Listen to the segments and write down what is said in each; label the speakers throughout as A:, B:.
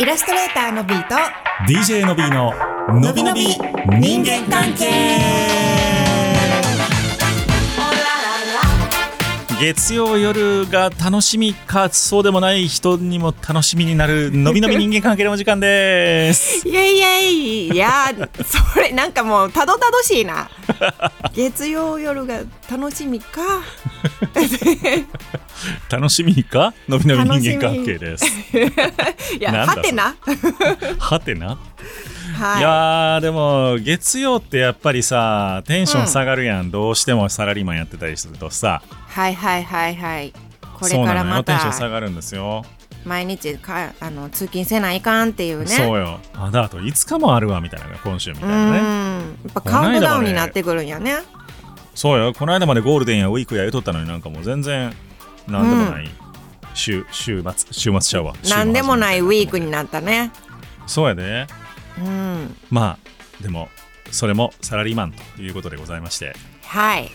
A: イラストレーターのビーと
B: DJ のびーののびのび人間関係月曜夜が楽しみかそうでもない人にも楽しみになるのびのび人間関係のお時間で す
A: イエイイエイいやーそれなんかもうたどたどしい な月曜夜が楽しみか
B: 楽しみかのびのび人間関係 です
A: いや
B: な
A: は
B: んだそれ
A: てな
B: はてな、い、
A: はい
B: やーでも月曜ってやっぱりさテンション下がるやん、どうしてもサラリーマンやってたりするとさ
A: はいはいはいはいこれ
B: そう
A: か
B: な
A: ら
B: のよ
A: ま
B: テンション下
A: た
B: がるんですよ
A: 毎日かあの通勤せないかんっていうね
B: そうよあだあと5日もあるわみたいなのが今週みたいうなね
A: んやっぱカウントダウンになってくるんやね
B: そうよこの間までゴールデンやウィークや言うとったのになんかもう全然なんでもない、週週末週末ちゃうわ
A: なんでもないウィーク
B: に
A: になったね
B: そうやで
A: うん
B: まあでもそれもサラリーマンということでございまして
A: はい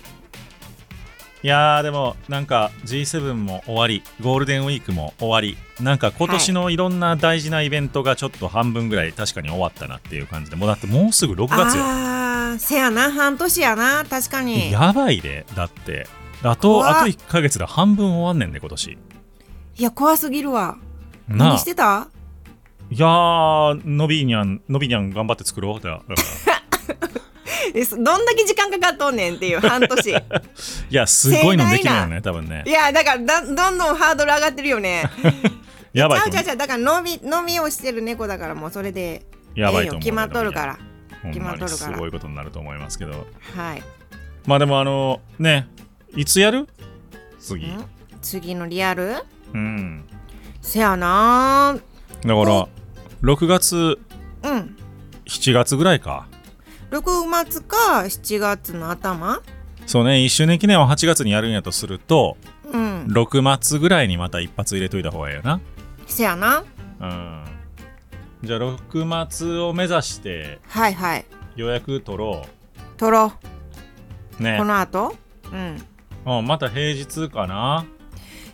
B: いやーでもなんか G7 も終わりゴールデンウィークも終わりなんか今年のいろんな大事なイベントがちょっと半分ぐらい確かに終わったなっていう感じでもうだってもうすぐ6月よ
A: あーせやな半年やな確かに
B: やばいでだってあ
A: う
B: と
A: わ
B: あと1か月で半分終わんねんで今年
A: いや怖すぎるわ
B: な
A: 何
B: あ
A: してた
B: いやーのびにゃんのびにゃん頑張って作ろうだだから
A: えそどんだけ時間かかっとんねんっていう半 年い
B: いやすごいのできるよ
A: 盛大
B: ね多分ね
A: やだからだどんどんハードル上がってるよね
B: や
A: ち
B: ばい
A: ゃ
B: と
A: うちゃ
B: 思
A: うちゃうだから飲み飲みをしてる猫だからもうそれで
B: うやばい
A: ええ
B: と思
A: よ
B: う
A: 決まっとるから
B: ほん
A: 決ま
B: ま
A: っと
B: に
A: るか
B: す
A: ら
B: ごいことになると思いますけど
A: はい
B: まあでもあのねいつやる次
A: ん次のリアル
B: うん
A: せやな
B: だから6月
A: うん
B: 7月ぐらいか
A: 6月か7月の頭
B: そうね1周年記念を8月にやるんやとすると
A: うん
B: 6末ぐらいにまた一発入れといた方がいいよな
A: せやな
B: うんじゃあ6末を目指して
A: はいはい
B: 予約取ろ
A: 撮ろ
B: う
A: う
B: ね
A: この後うん
B: うん、また平日かな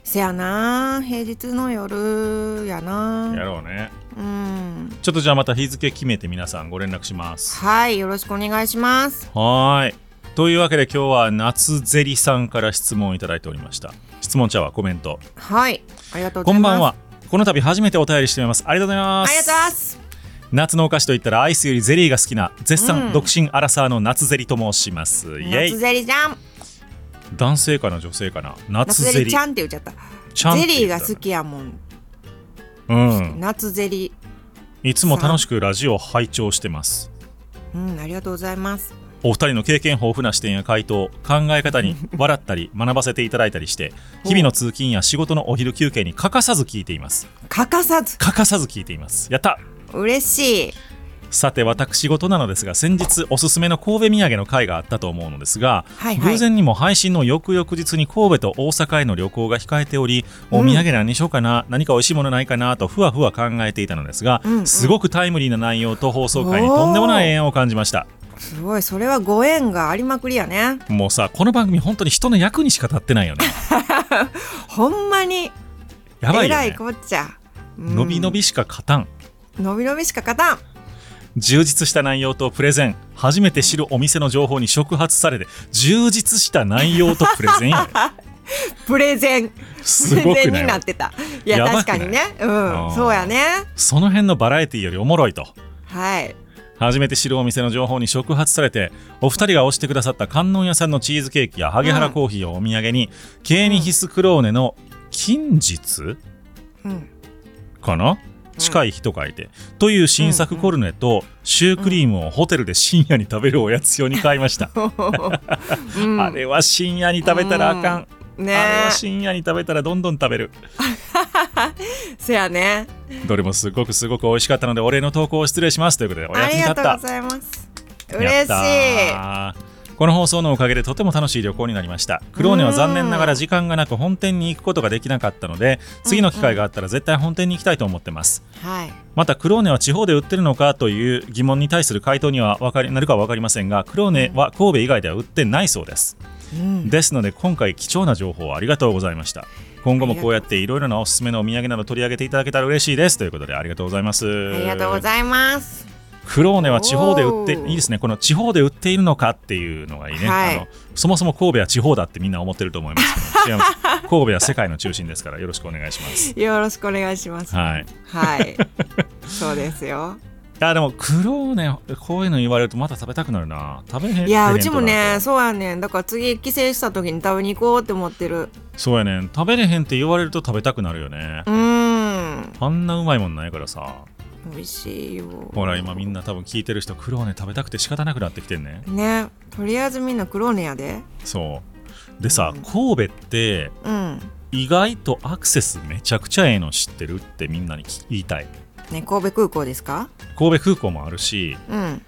A: せやな平日の夜やな
B: やろうね
A: うん
B: ちょっとじゃあまた日付決めて皆さんご連絡します
A: はいよろしくお願いします
B: はーいというわけで今日は夏ゼリさんから質問をいただいておりました質問ちゃうわコメント
A: はいありがとうご
B: こ
A: ざい
B: ん
A: ます
B: ばんはこの度初めてお便りしてみますありがとうござい
A: あ
B: ます
A: りがとうございます
B: 夏のお菓子といったらアイスよりゼリーが好きな絶
A: うん
B: 賛独身アラサーの夏ゼリと申します、イエ
A: 夏
B: イ
A: ゼリちゃん
B: 男性かな女性かな夏
A: 夏
B: ゼ
A: ゼ
B: リ
A: リちゃんって言っちゃった
B: ちゃんっ
A: ゼ
B: て
A: リ
B: 言
A: ー
B: っ
A: が
B: た
A: 好きやもん
B: うん
A: 夏ゼリ
B: いつも楽しくラジオを拝聴してます
A: うんありがとうございます
B: お二人の経験豊富な視点や回答考え 方に笑ったり学ばせていただいたりして日々の通勤や仕事のお昼休憩に欠かさず聞いています
A: 欠かさず
B: 欠かさず聞いていますやった
A: 嬉しい
B: さて私事なのですが先日おすすめの神戸土産の会があったと思うのですが、
A: はいはい
B: 偶然にも配信の翌々日に神戸と大阪への旅行が控えておりお土産何にしようかな、何か美味しいものないかなとふわふわ考えていたのですが、
A: うんうん
B: すごくタイムリーな内容と放送回にとんでもない縁を感じました
A: すごいそれはご縁がありまくりやね
B: もうさこの番組本当に人の役にしか立ってな いよね
A: ほんまに
B: やば
A: え
B: いよ
A: ら
B: ね
A: いこっちゃうん
B: 伸び伸びしか勝たん
A: のびのびしか勝たん
B: 充実した内容とプレゼン初めて知るお店の情報に触発されて充実した内容とプレゼンやで
A: プレゼン
B: す
A: プレ
B: ご
A: ゼン
B: く
A: に
B: ない
A: なってたいや
B: やばくな
A: 確
B: い
A: かにねう
B: うんん
A: そうやね
B: その辺のバラエティよりおもろいと
A: はい
B: 初めて知るお店の情報に触発されてお二人が推してくださった観音屋さんのチーズケーキや萩原コーヒーをお土産に、ケーニヒスクローネの近日
A: うん
B: かな近い日と書いて、という新作コルネとシュークリームをホテルで深夜に食べるおやつ用に買いました、
A: うん
B: あれは深夜に食べたらあかん、
A: ね
B: あれは深夜に食べたらどんどん食べる
A: せやね
B: どれもすごくすごく美味しかったのでお礼の投稿を失礼しますということでお
A: あ
B: 役に
A: りが
B: 立っ
A: とう
B: た
A: ございます
B: や
A: 嬉
B: っ
A: したい
B: ーこの放送のおかげでとても楽しい旅行になりましたクローネは残念ながら時間がなく本店に行くことができなかったので次の機会があったら絶対本店に行きたいと思ってます
A: はい
B: またクローネは地方で売ってるのかという疑問に対する回答にはわかりなるかは分かりませんがクローネは神戸以外では売ってないそうです
A: うん
B: ですので今回貴重な情報をありがとうございました今後もこうやっていろいろなおすすめのお土産など取り上げていただけたら嬉しいですということでありがとうございます
A: ありがとうございます。
B: クローネは地方で売って
A: おー
B: いいですねこの地方で売っているのかっていうのがいいね、
A: はい
B: あのそもそも神戸は地方だってみんな思ってると思いますけど違います神戸は世界の中心ですからよろしくお願いします
A: よろしくお願いします。
B: はいい
A: はい。そうですよ。
B: やでもクローネこういうの言われるとまた食べたくなるな食べへん
A: いや、
B: 食べへんとなる
A: う
B: と
A: ちもね、そうやねん。だから次帰省した時に食べに行こうって思ってる。
B: そうやねん食べれへんって言われると食べたくなるよね
A: う、ーん。
B: あんなうまいもんないからさ
A: 美味しいよ。
B: ほら今みんな多分聞いてる人クローネ食べたくて仕方なくなってきてんね
A: ね、とりあえずみんなクローネやで。
B: そうでさ
A: うん
B: 神戸って
A: うん。
B: 意外とアクセスめちゃくちゃええの知ってるってみんなに聞言いたい
A: ね、神戸空港ですか
B: 神戸空港もあるし
A: うん。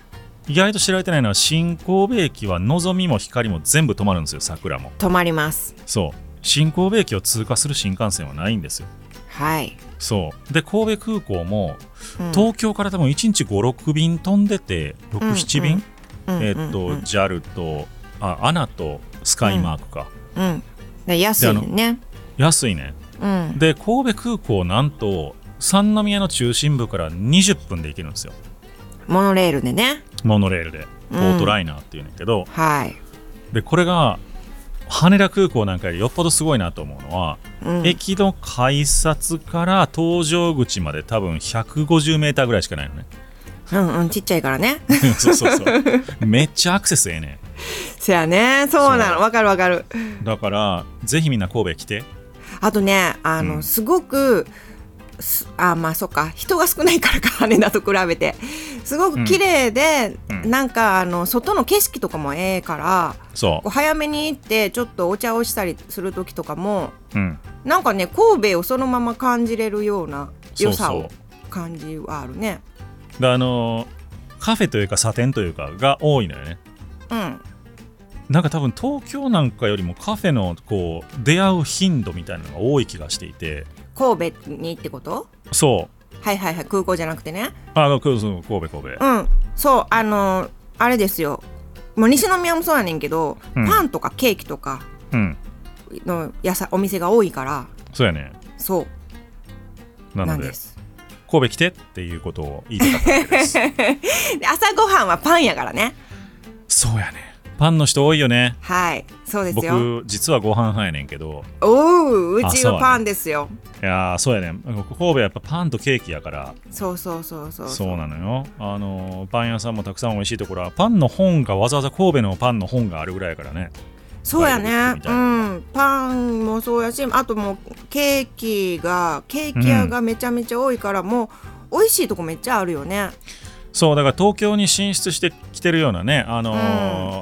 B: 意外と知られてないのは新神戸駅はのぞみも光も全部止まるんですよ桜も
A: 泊まります。
B: そう新神戸駅を通過する新幹線はないんですよ
A: はい。
B: そうで神戸空港も
A: うん
B: 東京から多分1日56便飛んでて
A: うん
B: 67便、
A: うん
B: えっ
A: う
B: と
A: ん
B: JAL とあ ANA とスカイマークか、
A: うんうん。で安いねんね。
B: 安いね
A: うん。
B: で神戸空港なんと三宮の中心部から20分で行けるんですよ
A: モノレールでね。
B: モノレールで
A: う
B: ポ
A: ん
B: ートライナーっていうんだけど、
A: はい。
B: でこれが羽田空港なんかよりよっぽどすごいなと思うのは、
A: うん、
B: 駅の改札から搭乗口まで多分150メーターぐらいしかないのね
A: うんうんちっちゃいからね
B: そうそうそうめっちゃアクセスええね
A: そやねそうな
B: そ
A: の
B: う
A: わかるわかる
B: んだからぜひみんな神戸来て
A: あとねあの、
B: うん
A: すごくすあまあそっか人が少ないからか羽田と比べてすごく綺麗で、
B: うん
A: なんかあの外の景色とかもええから
B: そ
A: こう早めに行ってちょっとお茶をしたりする時とかも
B: う、うん、
A: なんかね神戸をそのまま感じれるような
B: そ
A: 良
B: う
A: さ
B: そ
A: を感じはあるね
B: うであのーカフェというかサテンというかが多いのよね
A: うん
B: なんか多分東京なんかよりもカフェのこう出会う頻度みたいなのが多い気がしていて
A: 神戸にってこと
B: そう
A: はいはいはい空港じゃなくてね
B: あくそう神戸神戸
A: うん、そう、あのーあれですよ。もう西宮もそうやねんけど、
B: うん
A: パンとかケーキとか
B: うん
A: のやさお店が多いから、
B: そうやね
A: そう
B: な
A: な
B: の
A: ん
B: で
A: です。
B: 神戸来てっていうことを言いたかったわけです
A: で朝ごはんはパンやからね。
B: そうやねパンの人多いよね
A: はい、そうですよ。
B: 僕実はご飯派やねんけど
A: おう、うち
B: 朝は
A: は
B: ね
A: パンですよ。
B: いやーそうやね神戸はやっぱパンとケーキやから
A: そうそうそうそう。
B: そうなのよあのーパン屋さんもたくさん美味しいところはパンの本がわざわざ神戸のパンの本があるぐらいやからね
A: そうや
B: バイブ
A: ね
B: み。た
A: う、
B: いなん
A: パンもそうやし、あともうケーキがケーキ屋がめちゃめちゃ多いから、もう美味しいとこめっちゃあるよね。
B: そうだから東京に進出してきてるようなね、あの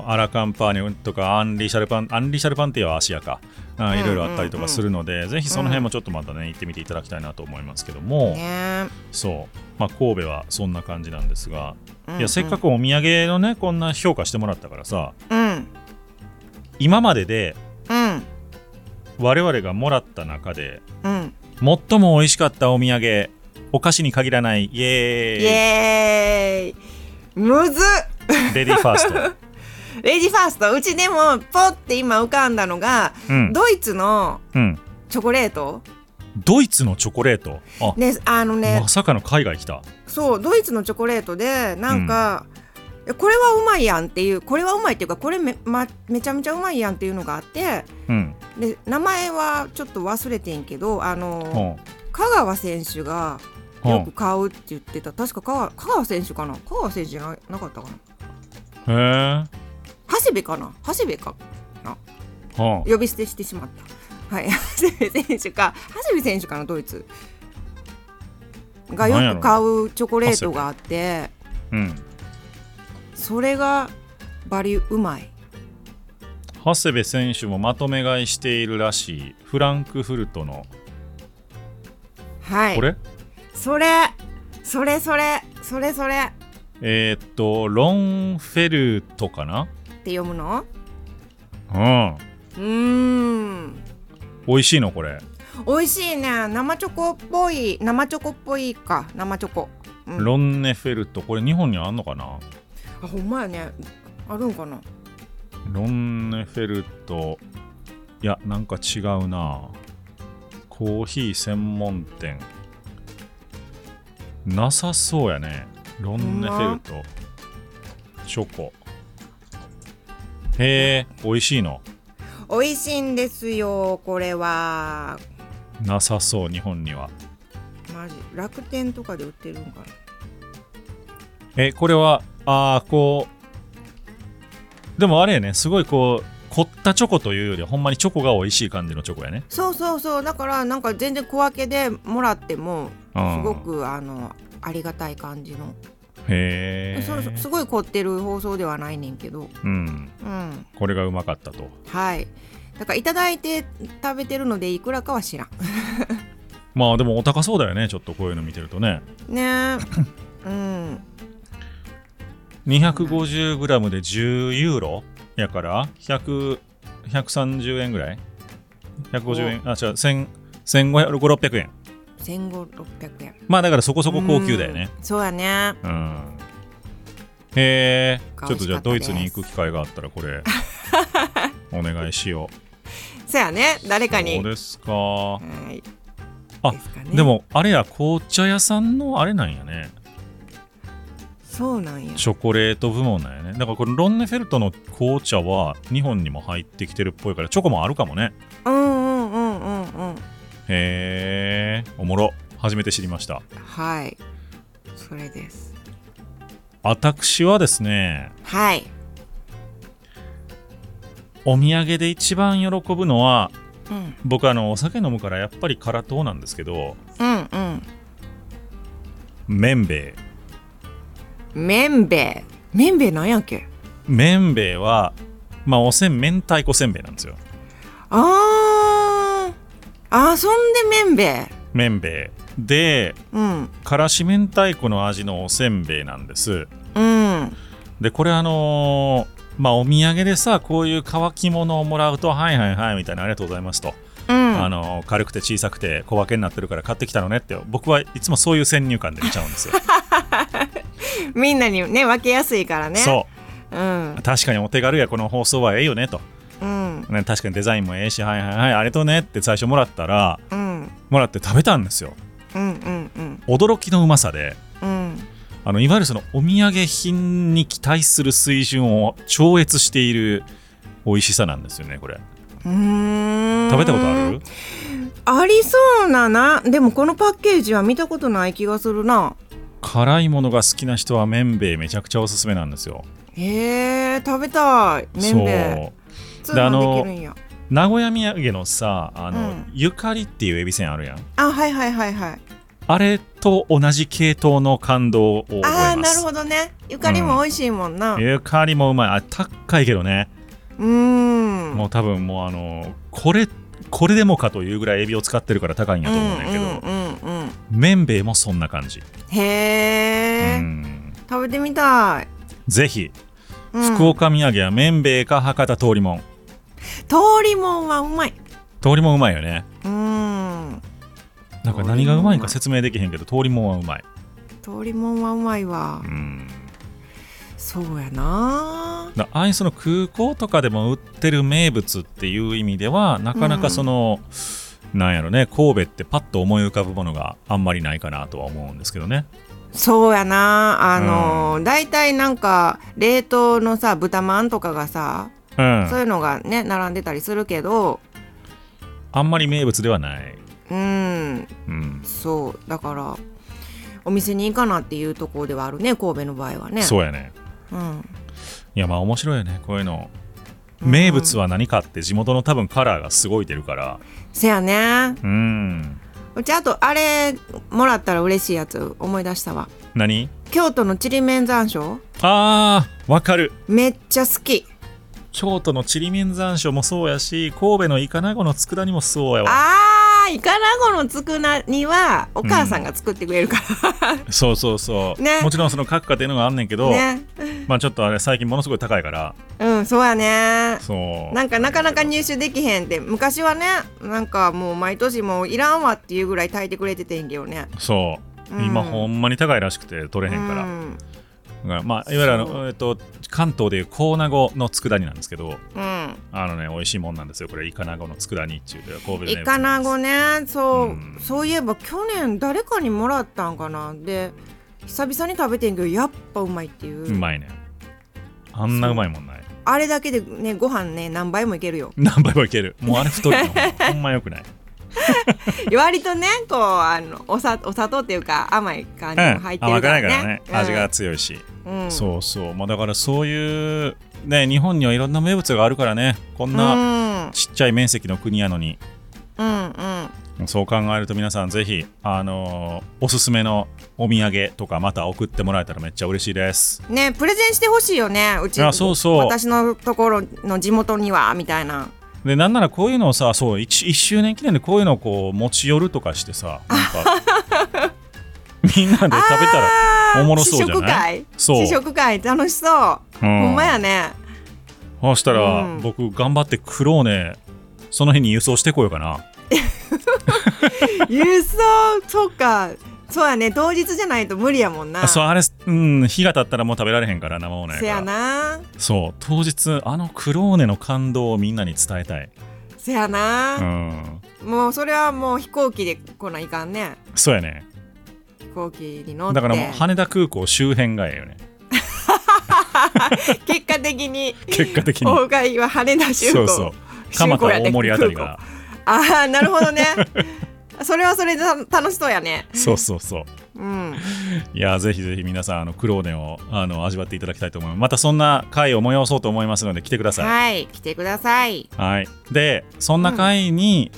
B: ーアラカンパーニとかアンリシャルパンアンリシャルパンティアは芦屋かあ
A: うん
B: ーいろいろあったりとかするので、ぜひその辺もちょっとまたね行ってみていただきたいなと思いますけども、
A: ね。
B: そう、まあ、神戸はそんな感じなんですが、
A: うん
B: いやせっか。くお土産のねこんな評価してもらったからさ
A: うん。
B: 今までで
A: うん。
B: 我々がもらった中で
A: うん。
B: 最も美味しかったお土産お菓子に限らないイエーイ
A: イエーイむずっ
B: レディーファー ス
A: レディファーストうちでもポって今浮かんだのが
B: ト、うん
A: ドイツの
B: うん、
A: チョコレート
B: ドイツのチョコレートあ
A: ねあのね
B: まさかの海外来た
A: そうドイツのチョコレートでなんか、えこれはうまいやんっていうこれはうまいっていうかこれめ,、ま、めちゃめちゃうまいやんっていうのがあって
B: うん、
A: で名前はちょっと忘れてんけどあの
B: ほ
A: 香川選手が
B: う
A: よく買うって言ってた確か香川香川選手かな香川選手じゃななかったかな
B: へえ
A: 長谷部かな長谷部か
B: ほう
A: 呼び捨てしてしまった。はい、 長谷部選手か、長谷部選手かな、ドイツ。が
B: なんや
A: よ
B: ろ
A: く買うチョコレートがあって、
B: うん
A: それがバリうまい。
B: 長谷部選手もまとめ買いしているらしいフランクフルトの
A: はい。
B: これ
A: それ、それそれ、それそれ
B: えーっとロンフェルトかな
A: って読むの。
B: うん
A: うーん。
B: 美味しいのこれ
A: 美味しいね、生チョコっぽい、生チョコっぽいか、生チョコ。うん、
B: ロンネフェルトこれ日本にあんのかな
A: あ、ほんまやね、あるんかな。
B: ロンネフェルトいやなんか違うなコーヒー専門店なさそうやねロンネフェルトチョコへえ美味しいの
A: 美味しいんですよこれは
B: なさそう日本には
A: マジ楽天とかで売ってるんかな
B: えこれはああこうでもあれやねすごいこう凝ったチョコというよりはほんまにチョコが美味しい感じのチョコやね
A: そうそうそうだからなんか全然小分けでもらっても
B: うん
A: すごくあのありがたい感じの、
B: へえ
A: そうそうすごい凝ってる放送ではないねんけど
B: うん
A: うん
B: これがうまかったと
A: はいだからいただいて食べてるのでいくらかは知らん
B: まあでもお高そうだよねちょっとこういうの見てるとね
A: ねえうん
B: 2 5 0ムで10ユーロやから100 130円ぐらい150円あ違う1000 1500円
A: 15600円
B: まあだからそこそこ高級だよね
A: うんそうやね
B: うんへえ
A: が
B: ちょっとじゃあド
A: 美
B: イ
A: 味し
B: ツ
A: かった
B: に
A: で
B: 行
A: す
B: く機会があったらこ れお願いしよう
A: そうやね誰かに
B: そうですか
A: はい
B: あ
A: ですかね
B: でもあれや紅茶屋さんのあれなんやね
A: そうなんや
B: チョコレート部門なんやねだからこのロンネフェルトの紅茶は日本にも入ってきてるっぽいからチョコもあるかもね
A: うんうんうんうんうん
B: へえおもろ初めて知りました
A: はいそれです
B: 私はですね
A: はい
B: お土産で一番喜ぶのは
A: うん
B: 僕あのお酒飲むからやっぱり辛党なんですけど
A: うん
B: めんべい
A: うんめんべいめんべいなんやっけ
B: めんべいはまあおせん明太子せんべいなんですよ
A: あーあそんでめんべい
B: めんべいで
A: うん
B: からし明太子の味のおせんべいなんです
A: うん
B: でこれあのーまあお土産でさこういう乾き物をもらうと「はいはいはい」みたいな「ありがとうございますと」
A: うん
B: あのー軽くて小さくて小分けになってるから買ってきたのね」って僕はいつもそういう先入観で見ちゃうんです よ。
A: みんなにね分けやすいからね
B: そう
A: うん
B: う確かにお手軽やこの放送はええよねと、
A: うん
B: ね、確かにデザインもええし「はいはいはいありがとうね」って最初もらったら
A: うん
B: もらって食べたんですよ。
A: うんうんうん
B: 驚きのうまさで
A: うん
B: あのいわゆるそのお土産品に期待する水準を超越している美味しさなんですよねこれ
A: うーん
B: 食べたことある
A: ありそうななでもこのパッケージは見たことない気がするな
B: 辛いものが好きな人は麺べいめちゃくちゃおすすめなんですよ
A: へえ食べたい麺べ
B: そう
A: い通販できるんや
B: 名古屋土産のさあの、
A: うん
B: ゆかりっていうエビせんあるやん
A: あはいはいはいはい
B: あれと同じ系統の感動を覚えます
A: ああーなるほどねゆかりも美味しいもんなう
B: ゆかりもうまいあ高いけどね、
A: ーん
B: もう多分もうあのこれこれでもかというぐらいエビを使ってるから高いんやと思うんだけ
A: う
B: ど、
A: んうんうんうん
B: 麺べいもそんな感じ、
A: へえ、
B: うん
A: 食べてみたい、
B: ぜひ
A: うん
B: 福岡土産は麺べいか博多通りもん
A: 通りもんはうまい
B: 通りもんうまいよね
A: うん
B: なんか何がうまいか説明できへんけど通りもんはうまい、
A: 通りもんはうまいわ、
B: うん、
A: そうやな
B: だああいうその空港とかでも売ってる名物っていう意味ではなかなかその、なんやろね神戸ってパッと思い浮かぶものがあんまりないかなとは思うんですけどね
A: そうやなあのー、大体なんか冷凍のさ豚まんとかがさ、
B: うん
A: そういうのがね並んでたりするけど
B: あんまり名物ではない、
A: うん
B: うん
A: そうだからお店に行かなっていうところではあるね神戸の場合はねう、
B: そうやね
A: ん、
B: いやまあ面白いよねこういうの名物は何かって地元の多分カラーがすごい出るから
A: せやね
B: うん
A: うちあとあれもらったら嬉しいやつ思い出したわ
B: 何
A: 京都のちりめん山椒
B: あーわかる
A: めっちゃ好き
B: 京都のちりめん山椒もそうやし神戸のイカナゴの佃煮もそうやわ
A: あーイカナゴのつくなにはお母さんが作ってくれるか
B: そうそうそう、
A: ね
B: もちろんその各家庭のがあんねんけ
A: ら
B: ど、
A: ね
B: まあちょっとあれ最近ものすごい高いから
A: うんそうやね
B: そう
A: なんかなかなか入手できへんって昔はねなんかもう毎年もういらんわっていうぐらい炊いてくれててんけどね、
B: そう
A: うん
B: 今ほんまに高いらしくて取れへんから、
A: うん
B: だからまあ、いわゆるあ
A: そ
B: の、えっと、関東でいうコーナゴの佃煮なんですけど
A: うん
B: あのね美味しいもんなんですよこれイカナゴの佃煮っちゅうで神戸で
A: イカナゴ
B: ね
A: ねそう、
B: うん
A: そういえば去年誰かにもらったんかなで久々に食べてんけどやっぱうまいっていう
B: うまいねあんなうまいもんない
A: あれだけでねご飯ね何倍もいけるよ
B: 何杯もいけるもうあれ太るのほんまよくない
A: 割とねこうあのおさお砂糖っていうか甘い感じも入って
B: 甘
A: る
B: く
A: か
B: ない
A: ら
B: か
A: ね,うん、
B: らね、味が強いし、
A: うん、
B: そうそう、まあ、だからそういう、ね、日本にはいろんな名物があるからねこんな
A: な
B: ちっちゃい面積の国やのに、
A: うんうん
B: そう考えると皆さんぜひ、あのーおすすめのお土産とかまた送ってもらえたらめっちゃ嬉しいです。
A: ねプレゼンしてほしいよねうち
B: あそうそう
A: 私のところの地元にはみたいな
B: でなんならこういうのをさそう 1, 周年記念でこういうのをこう持ち寄るとかしてさなんか みんなで食べたら、
A: あー
B: おもろそうじゃない
A: 試食
B: そう
A: 会試食会楽しそう、
B: う
A: ほんまやね
B: そうしたら、
A: うん
B: 僕頑張ってクローネその日に郵送してこようかな。
A: 郵送そうかそうやね当日じゃないと無理やもんな
B: あそうあれ、うん、日が経ったらもう食べられへんから生ものやか
A: せや
B: ら
A: な
B: そう当日あのクローネの感動をみんなに伝えたい、
A: せや
B: う
A: な、
B: ん、
A: もうそれはもう飛行機で来ないかんね
B: そうやね
A: 飛行機に乗って
B: だからもう羽田空港周辺がえ えよね
A: 結果的に
B: 結果的に
A: 大海は羽田集
B: そ
A: 合
B: うそう蒲田大森あたりが
A: ああなるほどね それはそれで楽しそうやね
B: そうそうそう
A: うん
B: いやぜひぜひ皆さんあのクローネをあの味わっていただきたいと思いますまたそんな回を催そうと思いますので来てください
A: はい来てください
B: はい、でそんな会に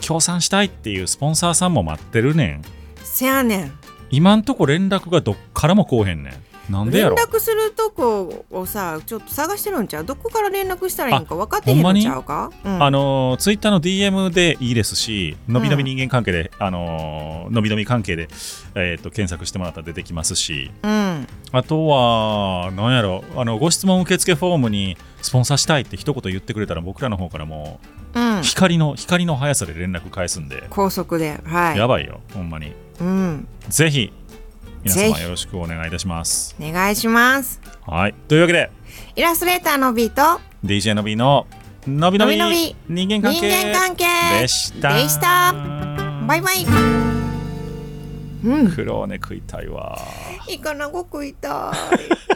B: 協賛したいっていうスポンサーさんも待ってるねん
A: せやねん
B: 今んとこ連絡がどっからもこうへんねんなんで
A: 連
B: やろ
A: 絡するとこをさちょっと探してるんちゃうどこから連絡したらいいんか分かってへん
B: ほんま
A: の
B: に
A: ちゃうか、うん
B: あのツイッター Twitter の DM でいいですし、のびのび人間関係で、あのーのびのび関係で、えー、と検索してもらったら出てきますし、
A: うん
B: あとは、なんやろあの、ご質問受付フォームにスポンサーしたいって一言言ってくれたら、僕らの方からも
A: うん
B: う、光の、光の速さで連絡返すんで、
A: 高速ではい
B: やばいよ、ほんまに。
A: うん
B: ぜひ、皆
A: ぜ
B: 様
A: ひ
B: よろしくお願いいたします。
A: お願いします
B: はい、というわけで、
A: イラストレーターのビート
B: DJ のびの、のびのび
A: のび
B: 人間関
A: 人間
B: 係
A: 関係
B: でした。
A: でしたバイバイうん
B: 黒をね食いたいわ。
A: イカナゴ食いたい